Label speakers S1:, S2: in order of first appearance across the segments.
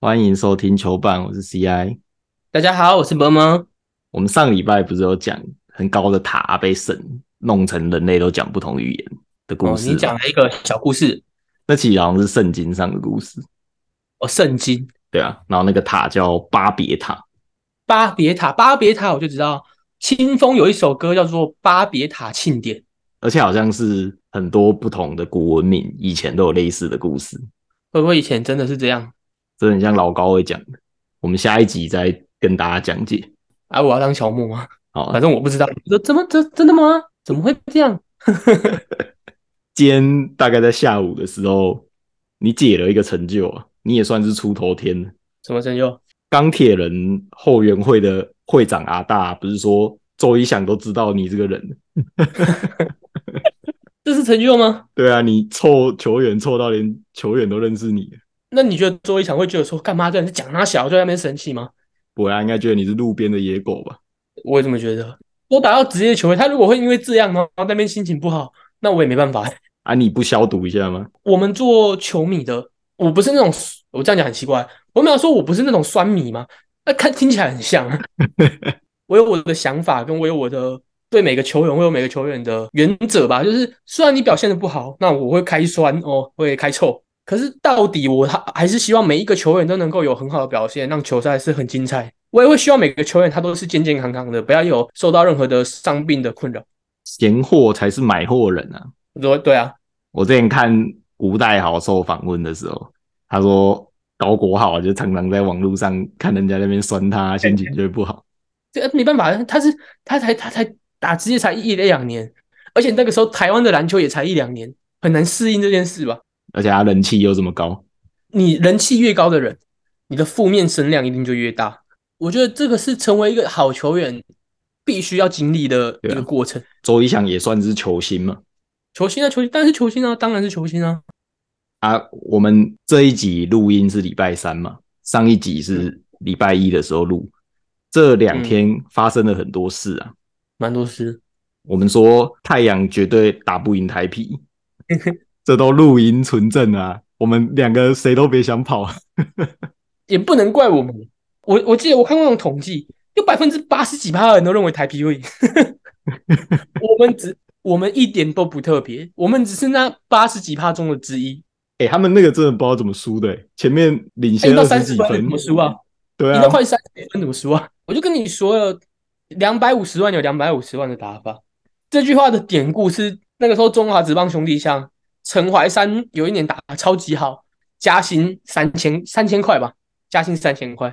S1: 欢迎收听球板，我是 CI。
S2: 大家好，我是萌萌。
S1: 我们上礼拜不是有讲很高的塔被神弄成人类都讲不同语言的故
S2: 哦，
S1: 事吗、
S2: 你讲了一个小故事，
S1: 那其实好像是圣经上的故事，
S2: 哦，圣经
S1: 对啊。然后那个塔叫巴别塔，
S2: 巴别塔，巴别塔我就知道，清风有一首歌叫做《巴别塔庆典》，
S1: 而且好像是很多不同的古文明以前都有类似的故事，
S2: 会不会以前真的是这样？
S1: 真的很像老高会讲的。我们下一集再跟大家讲解。
S2: 啊，我要当小木啊，
S1: 好啊，
S2: 反正我不知道。你说怎么这真的吗？怎么会这样？
S1: 今天大概在下午的时候，你解了一个成就啊，你也算是出头天了。
S2: 什么成就？
S1: 钢铁人后援会的会长阿大不是说周一想都知道你这个人，
S2: 这是成就吗？
S1: 对啊，你凑球员凑到连球员都认识你，
S2: 那你觉得周一翔会觉得说干嘛？这人是讲他小，就在那边生气吗？
S1: 我啊应该觉得你是路边的野狗吧？
S2: 我也这么觉得。我打到职业球员，他如果会因为这样然后那边心情不好，那我也没办法。
S1: 啊，你不消毒一下吗？
S2: 我们做球迷的，我不是那种，我这样讲很奇怪，我没有说我不是那种酸迷吗？那、看听起来很像啊，我有我的想法，跟我有我的对每个球员，我有每个球员的原则吧。就是虽然你表现的不好，那我会开酸哦，会开臭，可是到底我还还是希望每一个球员都能够有很好的表现，让球赛是很精彩。我也会希望每个球员他都是健健康康的，不要有受到任何的伤病的困扰。
S1: 闲货才是买货人啊！
S2: 我说对啊，
S1: 我之前看吴代豪受访问的时候，他说高国豪啊就常常在网络上看人家那边酸他，心情就会不好。
S2: 这呃没办法，他是他才他才打职业才一两年，而且那个时候台湾的篮球也才一两年，很难适应这件事吧？
S1: 而且他人气又这么高，
S2: 你人气越高的人，你的负面声量一定就越大。我觉得这个是成为一个好球员必须要经历的一
S1: 对啊
S2: 个过程。
S1: 周一翔也算是球星嘛。
S2: 球星啊，球星，当然是球星啊，当然是球星啊。
S1: 啊，我们这一集录音是礼拜三嘛，上一集
S2: 嗯
S1: 是礼拜一的时候录，这两天发生了很多事啊。
S2: 蛮多事，
S1: 我们说太阳绝对打不赢台 啤，这都录音存证啊。我们两个谁都别想跑，
S2: 也不能怪我们。我我记得我看过那种统计，有百分之八十几趴的人都认为台啤会赢。我们只我们一点都不特别，我们只是那八十几趴中的之一。
S1: 哎、他们那个真的不知道怎么输的、前面领
S2: 赢
S1: 先
S2: 到
S1: 二
S2: 三
S1: 十
S2: 十
S1: 几
S2: 分
S1: 分
S2: 怎么输啊？
S1: 对
S2: 赢
S1: 啊
S2: 到，快三十分怎么输啊？我就跟你说了，两百五十万有两百五十万的打法。这句话的典故是那个时候中华职棒兄弟像陈怀山有一年打得超级好，加薪三千三千块吧，加薪三千块，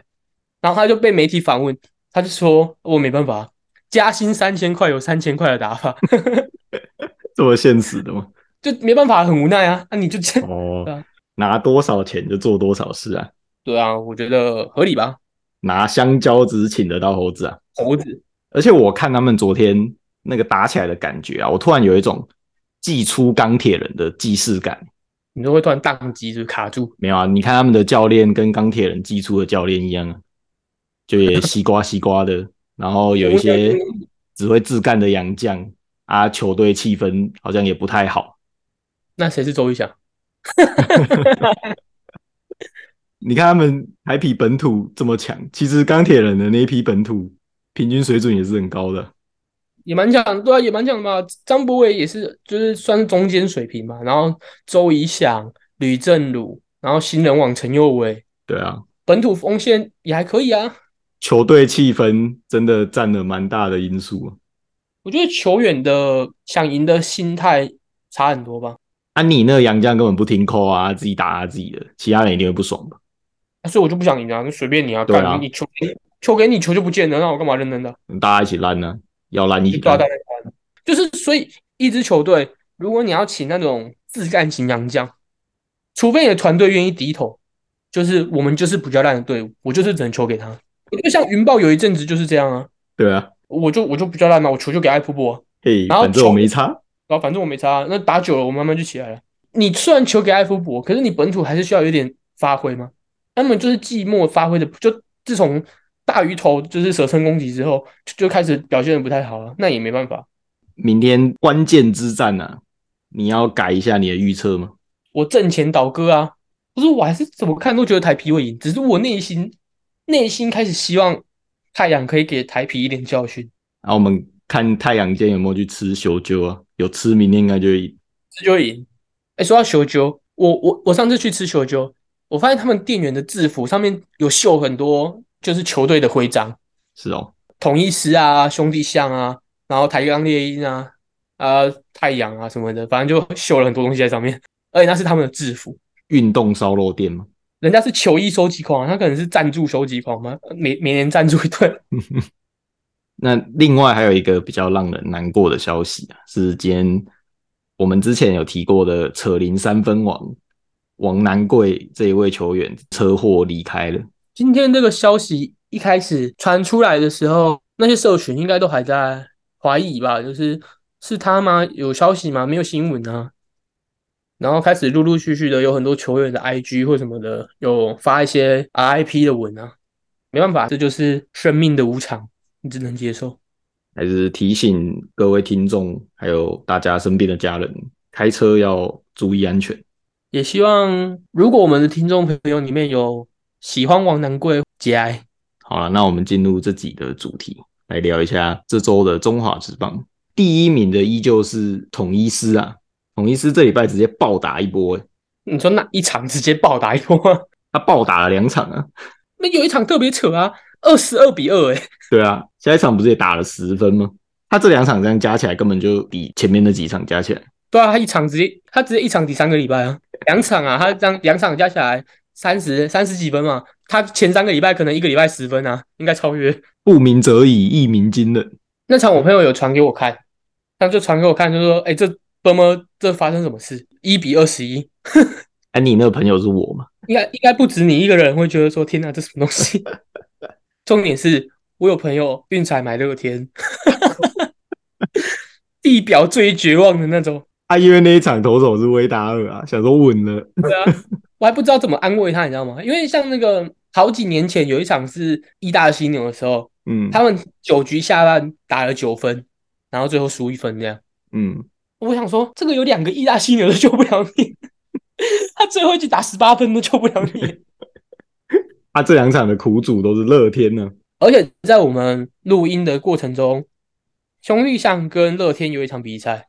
S2: 然后他就被媒体访问，他就说我没办法，加薪三千块有三千块的打法，
S1: 这么现实的吗？
S2: 就没办法，很无奈啊。那、你就这样， 对
S1: 哦
S2: 啊，
S1: 拿多少钱就做多少事啊，
S2: 对啊，我觉得合理吧？
S1: 拿香蕉只请得到猴子啊。
S2: 猴子
S1: 而且我看他们昨天那个打起来的感觉啊，我突然有一种祭出钢铁人的既视感。
S2: 你就会突然宕机，就是卡住，
S1: 没有啊，你看他们的教练跟钢铁人祭出的教练一样啊，就也西瓜西瓜的，然后有一些只会自干的洋将啊，球队气氛好像也不太好。
S2: 那谁是周瑜翔？
S1: 你看他们台匹本土这么强，其实钢铁人的那一批本土平均水准也是很高的。
S2: 也蛮强，对啊，也蛮强的嘛。张博伟也是，就是算是中间水平嘛。然后周怡翔、吕正儒，然后新人王陈佑伟，
S1: 对啊，
S2: 本土锋线也还可以啊。
S1: 球队气氛真的占了蛮大的因素啊。
S2: 我觉得球员的想赢的心态差很多吧。
S1: 啊，你那个洋将根本不听扣啊，自己打他自己的，其他人一定会不爽吧？
S2: 啊所以我就不想赢啊，那随便你啊，
S1: 对啊
S2: 干你球球给你球就不见了，那我干嘛认真的？
S1: 大家一起烂呢、啊，要烂一起
S2: 就抓
S1: 烂
S2: 到。那团。就是所以一支球队，如果你要请那种自干型洋将，除非你的团队愿意低头，就是我们就是比较烂的队伍，我就是只能球给他。我就像云豹有一阵子就是这样啊，
S1: 对啊，
S2: 我就我就比较烂嘛，我球就给艾普博、啊，
S1: 嘿，
S2: 然后
S1: 反正
S2: 球
S1: 我没差。
S2: 然后反正我没差啊、那打久了我慢慢就起来了。你虽然球给艾弗伯，可是你本土还是需要有点发挥嘛。他们就是寂寞发挥的，就自从大鱼头就是舍身攻击之后，就就开始表现的不太好了，那也没办法。
S1: 明天关键之战啊，你要改一下你的预测吗？
S2: 我挣钱倒戈啊，可是我还是怎么看都觉得台啤会赢，只是我内心内心开始希望太阳可以给台啤一点教训。
S1: 然啊后我们看太阳间有没有去吃修鸠啊？有吃，明天应该就会赢。
S2: 这就会赢。哎、说到球球，我我我上次去吃球球，我发现他们店员的制服上面有绣很多就是球队的徽章，
S1: 是哦，
S2: 统一狮啊、兄弟象啊，然后台钢猎鹰啊、啊、太阳啊什么的，反正就绣了很多东西在上面，而且那是他们的制服。
S1: 运动烧肉店嘛，
S2: 人家是球衣收集狂啊，他可能是赞助收集狂嘛，每每年赞助一顿。
S1: 那另外还有一个比较让人难过的消息啊，是今天我们之前有提过的扯铃三分王王南贵这一位球员车祸离开了。
S2: 今天这个消息一开始传出来的时候，那些社群应该都还在怀疑吧，就是是他吗？有消息吗？没有新闻啊。然后开始陆陆续续的有很多球员的 IG 或什么的有发一些 RIP 的文啊，没办法，这就是生命的无常，你只能接受。
S1: 还是提醒各位听众，还有大家身边的家人，开车要注意安全。
S2: 也希望如果我们的听众朋友里面有喜欢王南贵，节哀。
S1: 好了，那我们进入这集的主题，来聊一下这周的中华职棒。第一名的依旧是统一师啊，统一师这礼拜直接暴打一波、欸，
S2: 你说那一场直接暴打一波啊？
S1: 他暴打了两场啊。
S2: 那有一场特别扯啊，二十二比二哎、
S1: 对啊，下一场不是也打了十分吗？他这两场这样加起来，根本就比前面那几场加起来，
S2: 对啊，他一场直接他直接一场抵三个礼拜啊，两场啊，他这样两场加起来三十三十几分嘛，他前三个礼拜可能一个礼拜十分啊，应该超越。
S1: 不鸣则已，一鸣惊人。
S2: 那场我朋友有传给我看，他就传给我看，就说：“哎、这怎么这发生什么事？一比二十一，
S1: 哎、你那个朋友是我嘛？
S2: 应该应该不止你一个人会觉得说，天哪，这什么东西？” 重点是我有朋友运彩买乐天， 地表最绝望的那种，
S1: 啊，因为那一场投手是威达尔啊，想说稳了，
S2: 对啊， 我还不知道怎么安慰他，你知道吗？因为像那个好几年前有一场是一大犀牛的时候，
S1: 嗯，
S2: 他们九局下半打了九分，然后最后输一分这样。
S1: 嗯，
S2: 我想说，这个有两个意大犀牛都救不了你， 他最后一局打十八分都救不了 你。
S1: 他啊这两场的苦主都是乐天呢、
S2: 而且在我们录音的过程中，兄弟象跟乐天有一场比赛，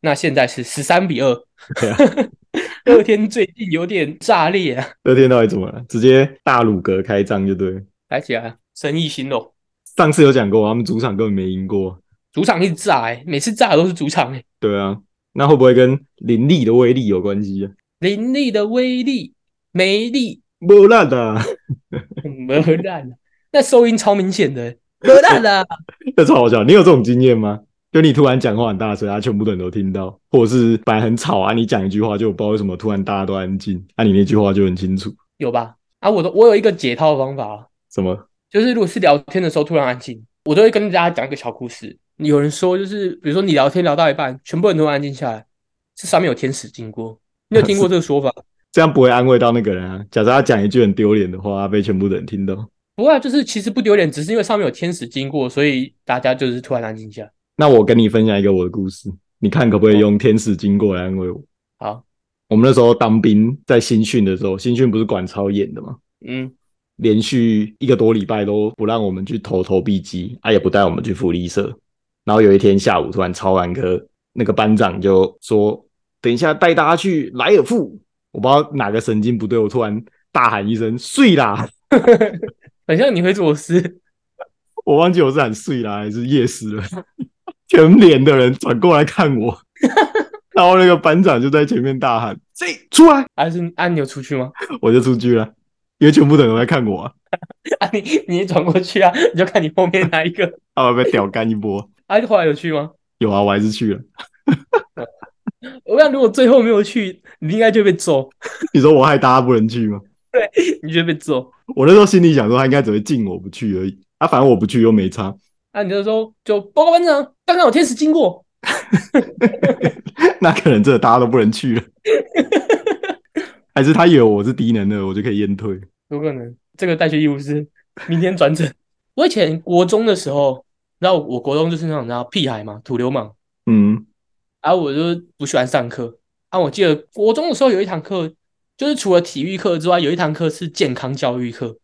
S2: 那现在是十三比二
S1: 对啊，
S2: 乐天最近有点炸裂啊，
S1: 乐天到底怎么了？直接大鲁格开张就对了。
S2: 来起来生意兴隆，
S1: 上次有讲过，他们主场根本没赢过。
S2: 主场一直炸哎、每次炸的都是主场哎、
S1: 对啊，那会不会跟林立的威力有关系啊？
S2: 林立的威力没力，
S1: 不烂的，
S2: 没烂了， 那收音超明显的、欸，没烂了。
S1: 这超好笑。你有这种经验吗？就你突然讲话很大声，啊，全部的人都听到，或者是本来很吵啊，你讲一句话就不知道为什么突然大家都安静，啊，你那句话就很清楚。
S2: 有吧？啊，我都我有一个解套的方法，啊
S1: 什么？
S2: 就是如果是聊天的时候突然安静，我都会跟大家讲一个小故事。有人说，就是比如说你聊天聊到一半，全部人都安静下来，是上面有天使经过。你有听过这个说法？
S1: 这样不会安慰到那个人啊。假设他讲一句很丢脸的话，啊被全部的人听到，
S2: 不过、啊、就是其实不丢脸，只是因为上面有天使经过，所以大家就是突然安静下来。
S1: 那我跟你分享一个我的故事，你看可不可以用天使经过来安慰我？
S2: 好，
S1: 我们那时候当兵在新训的时候，新训不是管超严的吗？
S2: 嗯，
S1: 连续一个多礼拜都不让我们去投投币机，啊也不带我们去福利社。然后有一天下午突然超完科，那个班长就说：“等一下带大家去莱尔富。”我不知道哪个神经不对，我突然大喊一声“睡啦
S2: 很像你会做的事。！”
S1: 我忘记我是喊“睡啦”还是“夜死了”， 全脸的人转过来看我，然后那个班长就在前面大喊：“谁出来
S2: 还是按钮出去吗？！”
S1: 我就出去了，因为全部的人都在看我啊，
S2: 啊，你你也转过去啊，你就看你后面哪一个。
S1: 啊，被屌干一波。
S2: 啊，后来有去吗？
S1: 有啊，我还是去了。
S2: 我想如果最后没有去，你应该就被揍，
S1: 你说我害大家不能去吗？
S2: 你就被揍。
S1: 我那时候心里想说，他应该只会禁我不去而已。啊，反正我不去又没差。
S2: 啊，你就说就报告班长，刚刚有天使经过，
S1: 那可能真的大家都不能去了。还是他以为我是低能的，我就可以验退。
S2: 有可能这个带学义务是明天转诊。 我以前国中的时候，然后我国中就是那种你知道屁孩嘛，土流氓，
S1: 嗯，
S2: 啊，我就不喜欢上课。啊，我记得国中的时候有一堂课就是除了体育课之外，有一堂课是健康教育课。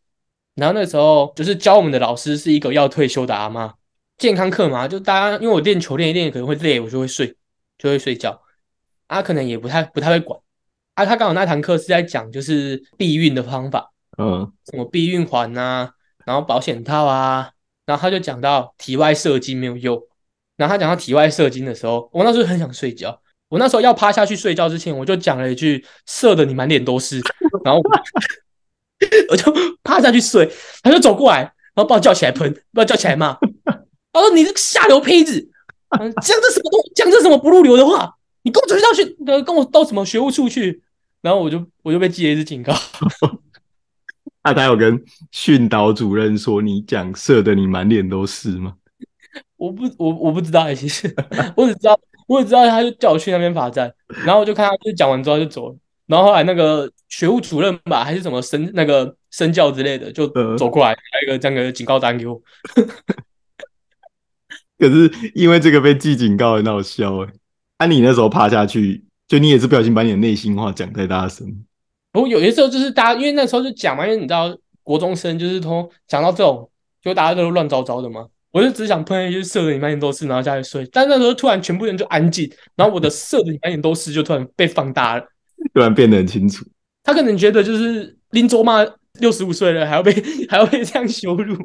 S2: 然后那时候就是教我们的老师是一个要退休的阿妈，健康课嘛，就大家因为我练球练一练可能会累，我就会睡，就会睡觉。啊，可能也不太不太会管。啊，他刚好那堂课是在讲就是避孕的方法，
S1: 嗯，
S2: 什么避孕环啊，然后保险套啊，然后他就讲到体外射精没有用。然后他讲到体外射精的时候，我那时候很想睡觉。我那时候要趴下去睡觉之前，我就讲了一句“射的你满脸都是”，然后我 我就趴下去睡，他就走过来，然后把我叫起来喷，把我叫起来骂，他说：“你这个下流胚子，嗯讲这什么东，讲这什么不入流的话，你跟我出去到学，呃跟我到什么学务处去？”然后我就我就被记了一次警告。
S1: 那啊他有跟训导主任说你讲射的你满脸都是吗？
S2: 我不，我我不知道欸，其实我只知道，我只知道他就叫我去那边罚站，然后我就看他就是讲完之后就走了，然后后来那个学务主任吧，还是什么身那个身教之类的，就
S1: 嗯
S2: 走过来开一个这样的警告单给我，
S1: 可是因为这个被记警告，很好笑哎。啊，你那时候趴下去，就你也是不小心把你的内心话讲太大声，
S2: 不过有些时候就是大家，因为那时候就讲嘛，因为你知道国中生就是通讲到这种，就大家都乱糟糟的嘛。我就只想喷一句射的你满眼都是，然后下去睡。但那时候突然全部人就安静，然后我的射的你满眼都是就突然被放大了。
S1: 突然变得很清楚。
S2: 他可能觉得就是林卓玛六十五岁了，还要被 还要被这样羞辱。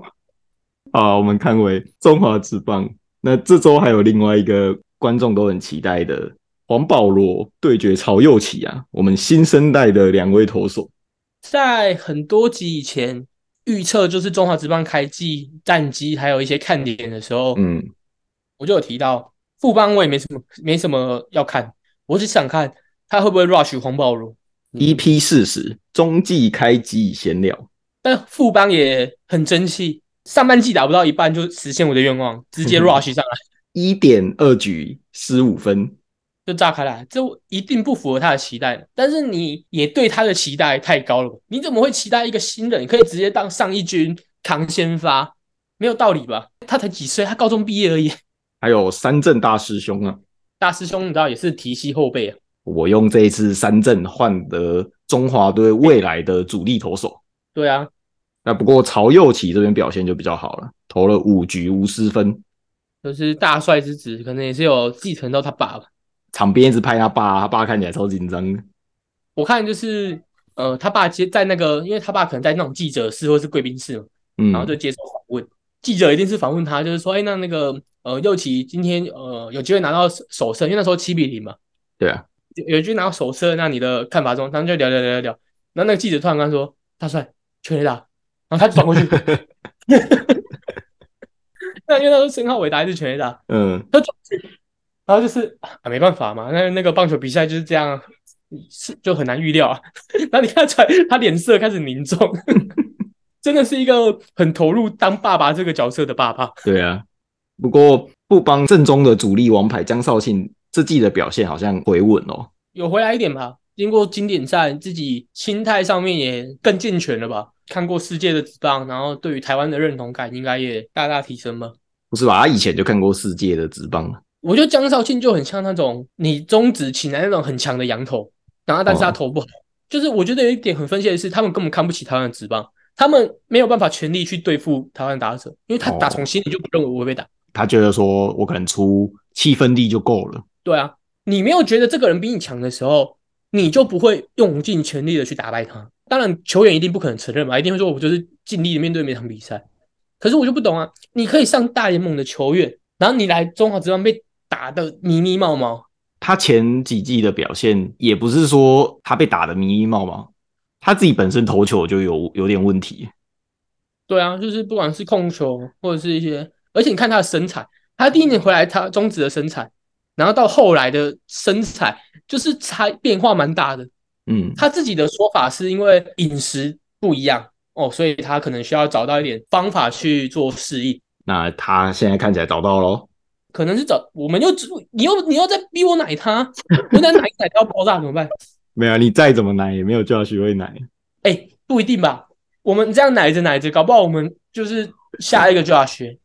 S1: 好，我们看回中华职棒。那这周还有另外一个观众都很期待的黄保罗对决曹佑启啊，我们新生代的两位投手。
S2: 在很多集以前预测就是中华职棒开季战绩还有一些看点的时候，
S1: 嗯，
S2: 我就有提到富邦我也没什么没什么要看，我只想看他会不会 rush 黄宝嗯如。
S1: EP ，E 四十中继开机闲聊，
S2: 但富邦也很争气，上半季打不到一半就实现我的愿望，直接 rush 上来
S1: 一点二局失五分，
S2: 就炸开来，这一定不符合他的期待的。但是你也对他的期待太高了吧，你怎么会期待一个新人可以直接当上一军扛先发？没有道理吧？他才几岁，他高中毕业而已。
S1: 还有三振大师兄啊，
S2: 大师兄，你知道也是提膝后背啊。
S1: 我用这一次三振换得中华队未来的主力投手。
S2: 对啊，
S1: 那不过曹佑启这边表现就比较好了，投了五局无失分，
S2: 就是大帅之子，可能也是有继承到他爸爸。
S1: 场边一直拍他爸，他爸看起来超紧张的。
S2: 我看就是呃，他爸接在那个，因为他爸可能在那种记者室或是贵宾室嘛，
S1: 嗯，
S2: 然后就接受访问。记者一定是访问他，就是说，哎、那那个呃，右奇今天呃有机会拿到首首胜，因为那时候七比零嘛，
S1: 对啊，
S2: 有有机会拿到首胜，那你的看法中，他们就聊聊聊聊聊。然后那个记者突然跟他说：“大帅，全垒打。”然后他就转过去， 那因为那时候申浩伟打还是全垒打，
S1: 嗯，
S2: 他转过去，然后就是啊，没办法嘛，那那个棒球比赛就是这样，是就很难预料啊。 然后你看出来他脸色开始凝重， 真的是一个很投入当爸爸这个角色的爸爸。
S1: 对啊。不过不帮正宗的主力王牌江绍庆这季的表现好像回稳哦。
S2: 有回来一点吧。经过经典赛，自己心态上面也更健全了吧？看过世界的职棒，然后对于台湾的认同感应该也大大提升吧。
S1: 不是吧？他以前就看过世界的职棒了。
S2: 我觉得江少庆就很像那种你中指起来那种很强的羊头，然后但是他投不好，就是我觉得有一点很分析的是，他们根本看不起台湾的职棒，他们没有办法全力去对付台湾打者，因为他打
S1: 哦
S2: 从心里就不认为我会被打。
S1: 他觉得说我可能出七分力就够了。
S2: 对啊，你没有觉得这个人比你强的时候，你就不会用尽全力的去打败他。当然，球员一定不可能承认嘛，一定会说我就是尽力的面对每场比赛。可是我就不懂啊，你可以上大联盟的球员，然后你来中华职棒被打的迷迷毛毛，
S1: 他前几季的表现也不是说他被打的迷迷冒冒，他自己本身投球就有有点问题。
S2: 对啊，就是不管是控球或者是一些，而且你看他的身材，他第一年回来他中职的身材，然后到后来的身材就是差变化蛮大的。
S1: 嗯，
S2: 他自己的说法是因为饮食不一样哦，所以他可能需要找到一点方法去做适应，
S1: 那他现在看起来找到咯，
S2: 可能是找我们又只你又你又在逼我奶他，我再奶一奶他要爆炸怎么办？
S1: 没有，啊你再怎么奶也没有叫他学会奶。
S2: 哎、不一定吧，我们这样奶着奶着，搞不好我们就是下一个就要学。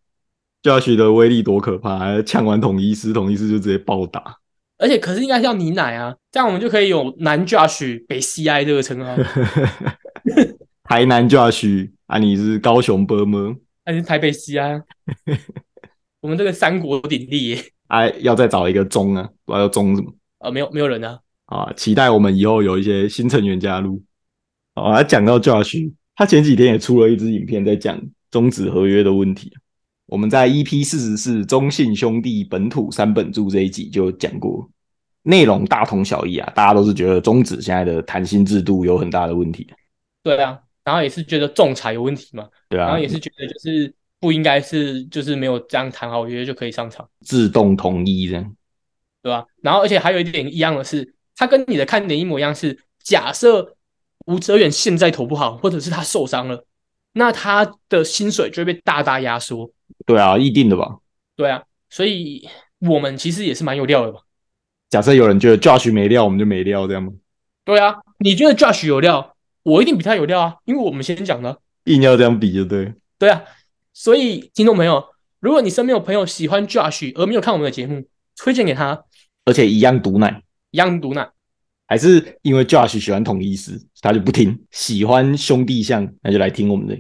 S1: Josh 的威力多可怕！呛完统一师，统一师就直接暴打。
S2: 而且可是应该叫你奶啊，这样我们就可以有南 Josh 北 CI 这个称号。
S1: 台南 Josh 啊，你是高雄波吗？
S2: 还是台北 CI，我们这个三国鼎立耶，
S1: 啊，要再找一个中啊，不知道要中什么
S2: 呃，没有没有人啊，
S1: 啊？期待我们以后有一些新成员加入。好啊，讲到 Josh，他前几天也出了一支影片，在讲终止合约的问题。我们在 EP 四十四《中信兄弟本土三本柱》这一集就讲过，内容大同小异啊，大家都是觉得终止现在的谈薪制度有很大的问题，
S2: 对啊，然后也是觉得仲裁有问题嘛，
S1: 对啊，
S2: 然后也是觉得就是不应该是就是没有这样谈好约就可以上场，
S1: 自动同意这样。
S2: 对吧？然后而且还有一点一样的是，他跟你的看点一模一样是，假设吴哲远现在投不好，或者是他受伤了，那他的薪水就会被大大压缩，
S1: 对啊，一定的吧？
S2: 对啊，所以我们其实也是蛮有料的吧。
S1: 假设有人觉得 Josh 没料，我们就没料这样吗？
S2: 对啊，你觉得 Josh 有料，我一定比他有料啊，因为我们先讲的啊。
S1: 硬要这样比就对了。
S2: 对啊，所以听众朋友，如果你身边有朋友喜欢 Josh 而没有看我们的节目，推荐给他
S1: 而且一样毒奶，
S2: 一样毒奶。
S1: 还是因为 Josh 喜欢统一师，他就不听；喜欢兄弟相，那就来听我们的。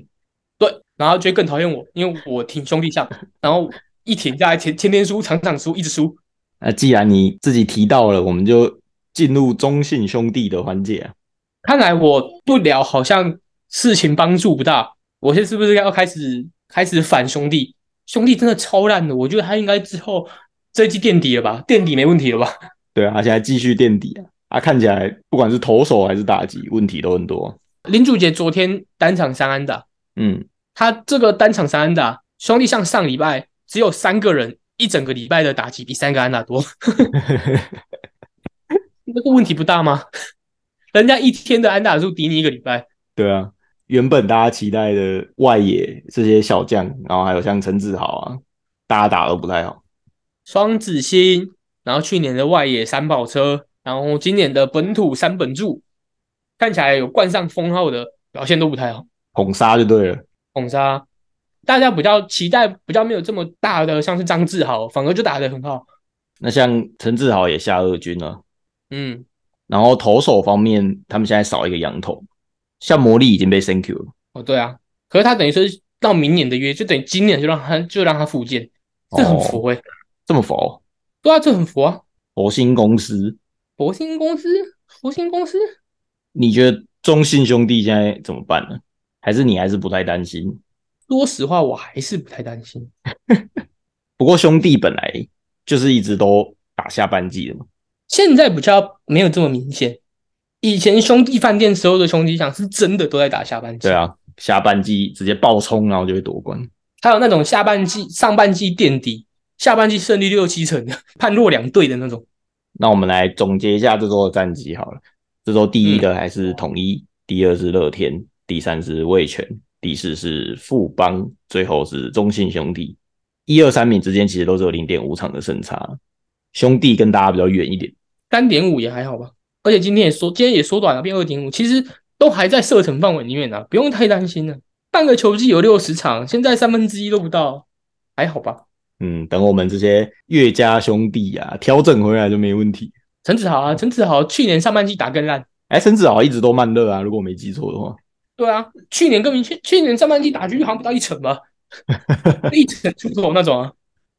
S2: 对，然后就会更讨厌我，因为我挺兄弟相，然后一挺下来天天天输，场场输，一直输。
S1: 那既然你自己提到了，我们就进入中信兄弟的环节啊。
S2: 看来我不聊好像事情帮助不大，我现在是不是要开始开始反兄弟？兄弟真的超烂的，我觉得他应该之后这一季垫底了吧，垫底没问题了吧？
S1: 对啊，他现在继续垫底啊，啊，看起来不管是投手还是打击，问题都很多啊。
S2: 林主杰昨天单场三安打，
S1: 嗯，
S2: 他这个单场三安打，兄弟像上礼拜只有三个人一整个礼拜的打击比三个安打多， 那个问题不大吗？ 人家一天的安打数抵你一个礼拜，
S1: 对啊，原本大家期待的外野这些小将，然后还有像陈志豪啊，大家打得不太好。
S2: 双子星，然后去年的外野三跑车，然后今年的本土三本柱，看起来有冠上封号的表现都不太好。
S1: 捧杀就对了，
S2: 捧杀，大家比较期待比较没有这么大的，像是张志豪，反而就打得很好。
S1: 那像陈志豪也下二军了、
S2: 嗯，
S1: 然后投手方面，他们现在少一个羊头，像魔力已经被 thank you 了，
S2: 哦，对啊，可是他等于说是到明年的约，就等于今年就让他就让他复健，这很
S1: 哦
S2: 佛诶、
S1: 这么佛
S2: 对啊，这很佛啊。
S1: 佛心公司，
S2: 佛心公司，佛心公司，
S1: 你觉得中信兄弟现在怎么办呢？还是你还是不太担心？
S2: 说实话，我还是不太担心。
S1: 不过兄弟本来就是一直都打下半季的嘛，
S2: 现在比较没有这么明显，以前兄弟饭店时候的兄弟想是真的都在打下半季，
S1: 对，啊，下半季直接爆冲，然后就会夺冠。
S2: 还有那种下半季、上半季垫底，下半季胜率六七成的， 判若两队的那种。
S1: 那我们来总结一下这周的战绩好了，这周第一的还是统一，第二是乐天，第三是味全，第四是富邦，最后是中信兄弟。一二三名之间其实都是有零点五场的胜差，兄弟跟大家比较远一点。
S2: 三点五也还好吧。而且今天也缩，今天也缩短了，变二点五，其实都还在射程范围里面呢、不用太担心了。半个球季有六十场，现在三分之一都不到，还好吧？
S1: 嗯，等我们这些岳家兄弟啊调整回来就没问题。
S2: 陈子豪啊，陈子豪去年上半季打更烂，
S1: 哎，陈子豪一直都慢热啊，如果我没记错的话，
S2: 对啊，去年更明确，去年上半季打局好像不到一 成吧，一成出头那种啊。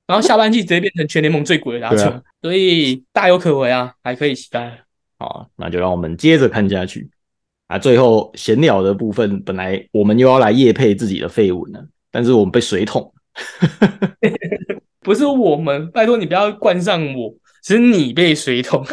S2: 然后下半季直接变成全联盟最鬼的打
S1: 对
S2: 手，
S1: 啊
S2: 所以大有可为啊，还可以期待。
S1: 好，那就让我们接着看下去啊。最后闲聊的部分，本来我们又要来夜配自己的绯闻了，但是我们被水桶。
S2: 不是我们，拜托你不要冠上我，是你被水 桶。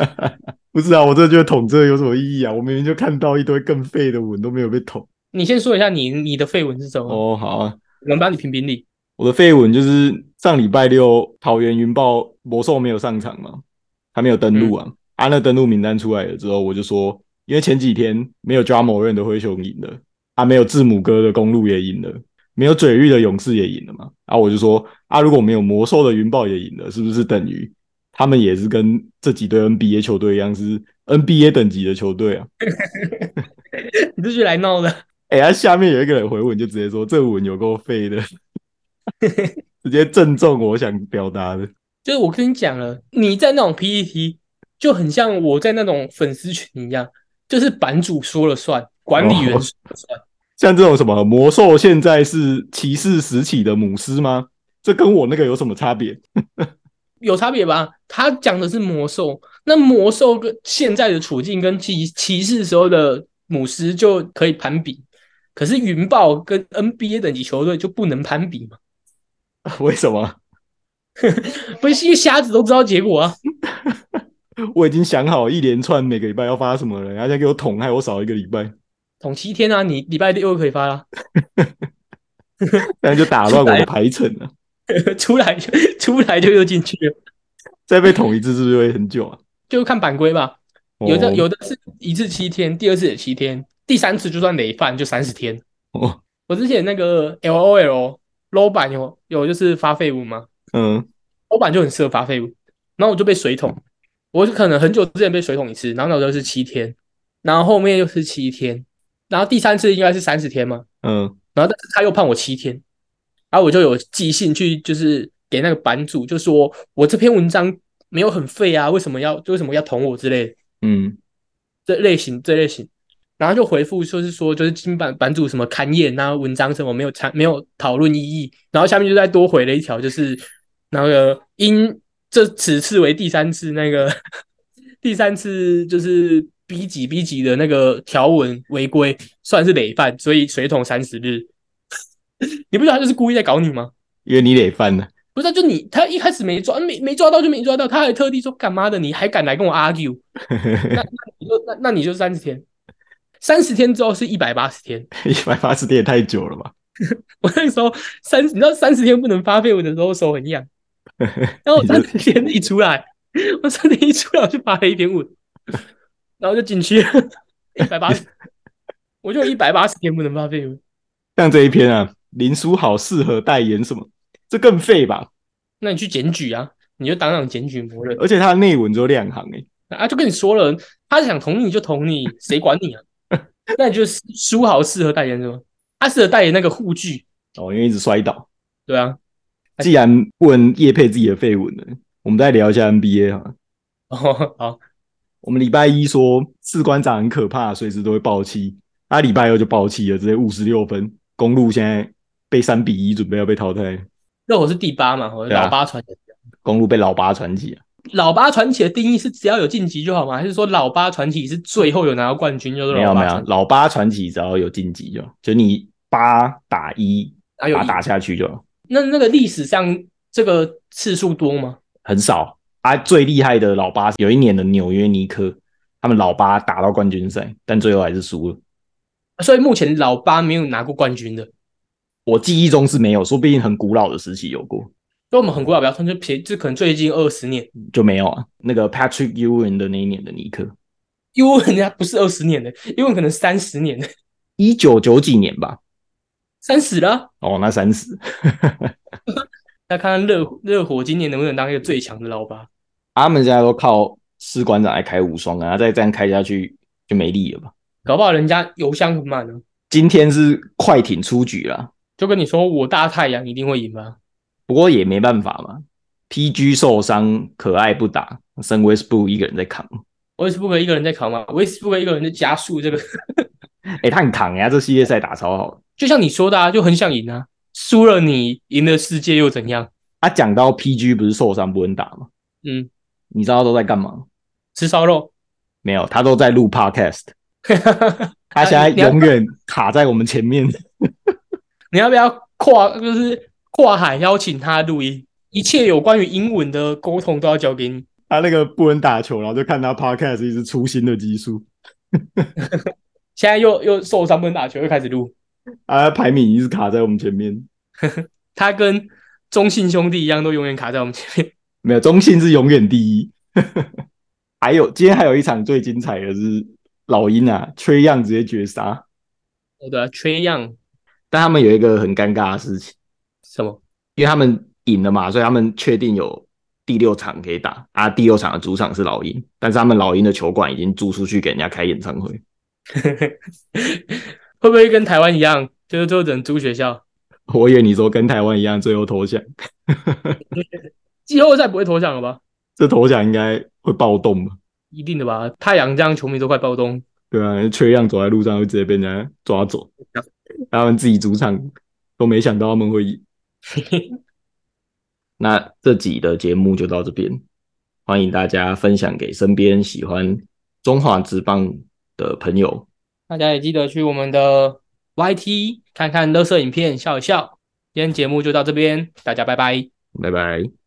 S1: 不是啊，我真的觉得捅这个有什么意义啊？我明明就看到一堆更废的文都没有被捅。
S2: 你先说一下你你的绯闻是什么？
S1: 哦，好啊，
S2: 我们帮你评评理。
S1: 我的绯闻就是上礼拜六桃园云豹魔兽没有上场嘛，他没有登录啊。啊，那登录名单出来了之后，我就说，因为前几天没有抓某人的灰熊赢了，啊，没有字母哥的公路也赢了，没有嘴玉的勇士也赢了嘛。啊，我就说，啊，如果没有魔兽的云豹也赢了，是不是等于他们也是跟这几队 NBA 球队一样，是 NBA 等级的球队啊？
S2: 你这是来闹的，
S1: 哎、欸，他下面有一个人回文，就直接说这文有够废的， 直接正中我想表达的。
S2: 就是我跟你讲了，你在那种 PPT 就很像我在那种粉丝群一样，就是版主说了算，管理员说了算。
S1: 像这种什么魔兽，现在是骑士时期的母狮吗？这跟我那个有什么差别？
S2: 有差别吧？他讲的是魔兽，那魔兽跟现在的处境跟骑骑士时候的母狮就可以攀比，可是云豹跟 NBA 等级球队就不能攀比嘛？
S1: 为什么？
S2: 不是因为瞎子都知道结果啊？
S1: 我已经想好一连串每个礼拜要发什么了，然后再给我捅，害我少一个礼拜，
S2: 统七天啊，你礼拜六又可以发啦，
S1: 然后就打乱我的排程了。
S2: 出来就出来就又进去了，
S1: 再被捅一次是不是会很久啊？
S2: 就看版规吧。有的
S1: 哦
S2: 有的是一次七天，第二次也七天，第三次就算累犯就三十天。
S1: 哦，
S2: 我之前那个 L O L low 版有有就是发废物嘛
S1: 嗯，
S2: ，low 版就很适合发废物，然后我就被水桶，我就可能很久之前被水桶一次，然后那时候是七天，然后后面又是七天，然后第三次应该是三十天嘛，
S1: 嗯，
S2: 然后但是他又判我七天，然后我就有寄信去，就是给那个版主，就说我这篇文章没有很废啊，为什么要为什么要捅我之类的
S1: 嗯，
S2: 这类型这类型，然后就回复说是说就是新版版主什么勘验啊文章什么没有参没有讨论意义，然后下面就再多回了一条，就是那个因这此次为第三次那个 第三次就是 B 级 B 级的那个条文违规，算是累犯，所以水桶三十日。 你不觉得他就是故意在搞你吗？
S1: 因为你累犯了，
S2: 不是啊、就你他一开始没抓没没抓到就没抓到，他还特地说干嘛的，你还敢来跟我 argue？你就那那你就三十天，三十天之后是一百八十天。
S1: 一百八十天也太久了吧？
S2: 我那个时候三，你知道三十天不能发废物的时候手很痒，然后我三十天一出来， 我三十天一出来我就发了一点五，然后就进去一百八十，我就一百八十天不能发废物。
S1: 像这一篇啊，林书豪适合代言什么？这更废吧？
S2: 那你去检举啊，你就当场检举魔人
S1: 而且他的内文只有两行欸诶、
S2: 啊，就跟你说了，他想捅你就捅你，谁管你 啊？那你就是书豪适合代言什么？他适合代言那个护具，
S1: 哦，因为一直摔倒。
S2: 对啊，
S1: 既然问叶配自己的绯闻了，我们再聊一下 NBA 哈。
S2: 哦好。
S1: 我们礼拜一说士官长很可怕，随时都会爆气，他、礼拜二就爆气了，直接五十六分。公路现在被三比一，准备要被淘汰。
S2: 热火是第八嘛，我
S1: 对啊
S2: 老八传奇。
S1: 公路被老八传奇啊，
S2: 老八传奇的定义是只要有晋级就好吗？还是说老八传奇是最后有拿到冠军就是
S1: 没
S2: 老
S1: 有
S2: 八
S1: 没有
S2: 传，奇？
S1: 老八传奇只要有晋级就好，就你八打一
S2: 还啊有
S1: 把
S2: 一
S1: 它打下去就好
S2: 那那个历史上这个次数多吗？
S1: 很少啊。最厉害的老八有一年的纽约尼克，他们老八打到冠军赛，但最后还是输了。
S2: 所以目前老八没有拿过冠军的，
S1: 我记忆中是没有，说不定很古老的时期有过。
S2: 所以我们很古老不要算，就撇，这可能最近二十年，
S1: 就没有啊。那个 Patrick Ewing 的那一年的尼克，
S2: 因为人家不是二十年的，因为可能三十年的，
S1: 一九九几年吧，
S2: 三十了。啊
S1: 哦，那三十
S2: 那看看热热火今年能不能当一个最强的老八？
S1: 啊他们现在都靠士官长来开无双啊，再这样开下去就没力了吧？
S2: 搞不好人家油箱很满呢，
S1: 今天是快艇出局啦，
S2: 就跟你说我大太阳一定会赢吧。
S1: 不过也没办法嘛。PG 受伤，可爱不打，森威斯布一个人在扛，
S2: 威斯布鲁克一个人在扛嘛，威斯布鲁克一个人在加速这个，
S1: 哎、他很扛呀、这系列赛打超好。
S2: 就像你说的、啊，就很想赢啊，输了你赢了世界又怎样？
S1: 他、啊、讲到 PG 不是受伤不能打吗？
S2: 嗯，
S1: 你知道他都在干嘛吗？
S2: 吃烧肉，
S1: 没有，他都在录 podcast。他现在
S2: 你要
S1: 永远卡在我们前面。
S2: 你要不要跨就是跨海邀请他录音？一切有关于英文的沟通都要交给你。
S1: 他那个不能打球，然后就看他 podcast 一直出新的技术，
S2: 现在又又受伤不能打球，又开始录。
S1: 啊，排名一直卡在我们前面。
S2: 他跟中信兄弟一样，都永远卡在我们前面。
S1: 没有，中信是永远第一。 还有今天还有一场最精彩的是老鹰啊，崔样直接绝杀。
S2: 哦，对啊，Trey Young
S1: 但他们有一个很尴尬的事情，
S2: 什么？
S1: 因为他们赢了嘛，所以他们确定有第六场可以打啊。第六场的主场是老鹰，但是他们老鹰的球馆已经租出去给人家开演唱会。
S2: 会不会跟台湾一样，就是最后只能租学校？
S1: 我以为你说跟台湾一样，最后投降，
S2: 季后赛不会投降了吧？
S1: 这投降应该会暴动吧？
S2: 一定的吧？太阳这样球迷都快暴动，
S1: 对啊，缺样走在路上会直接被人家抓走，他们自己主场都没想到他们会赢。那这集的节目就到这边，欢迎大家分享给身边喜欢中华职棒的朋友。
S2: 大家也记得去我们的 YT 看看乐色影片，笑一笑。今天节目就到这边，大家拜拜。
S1: 拜拜。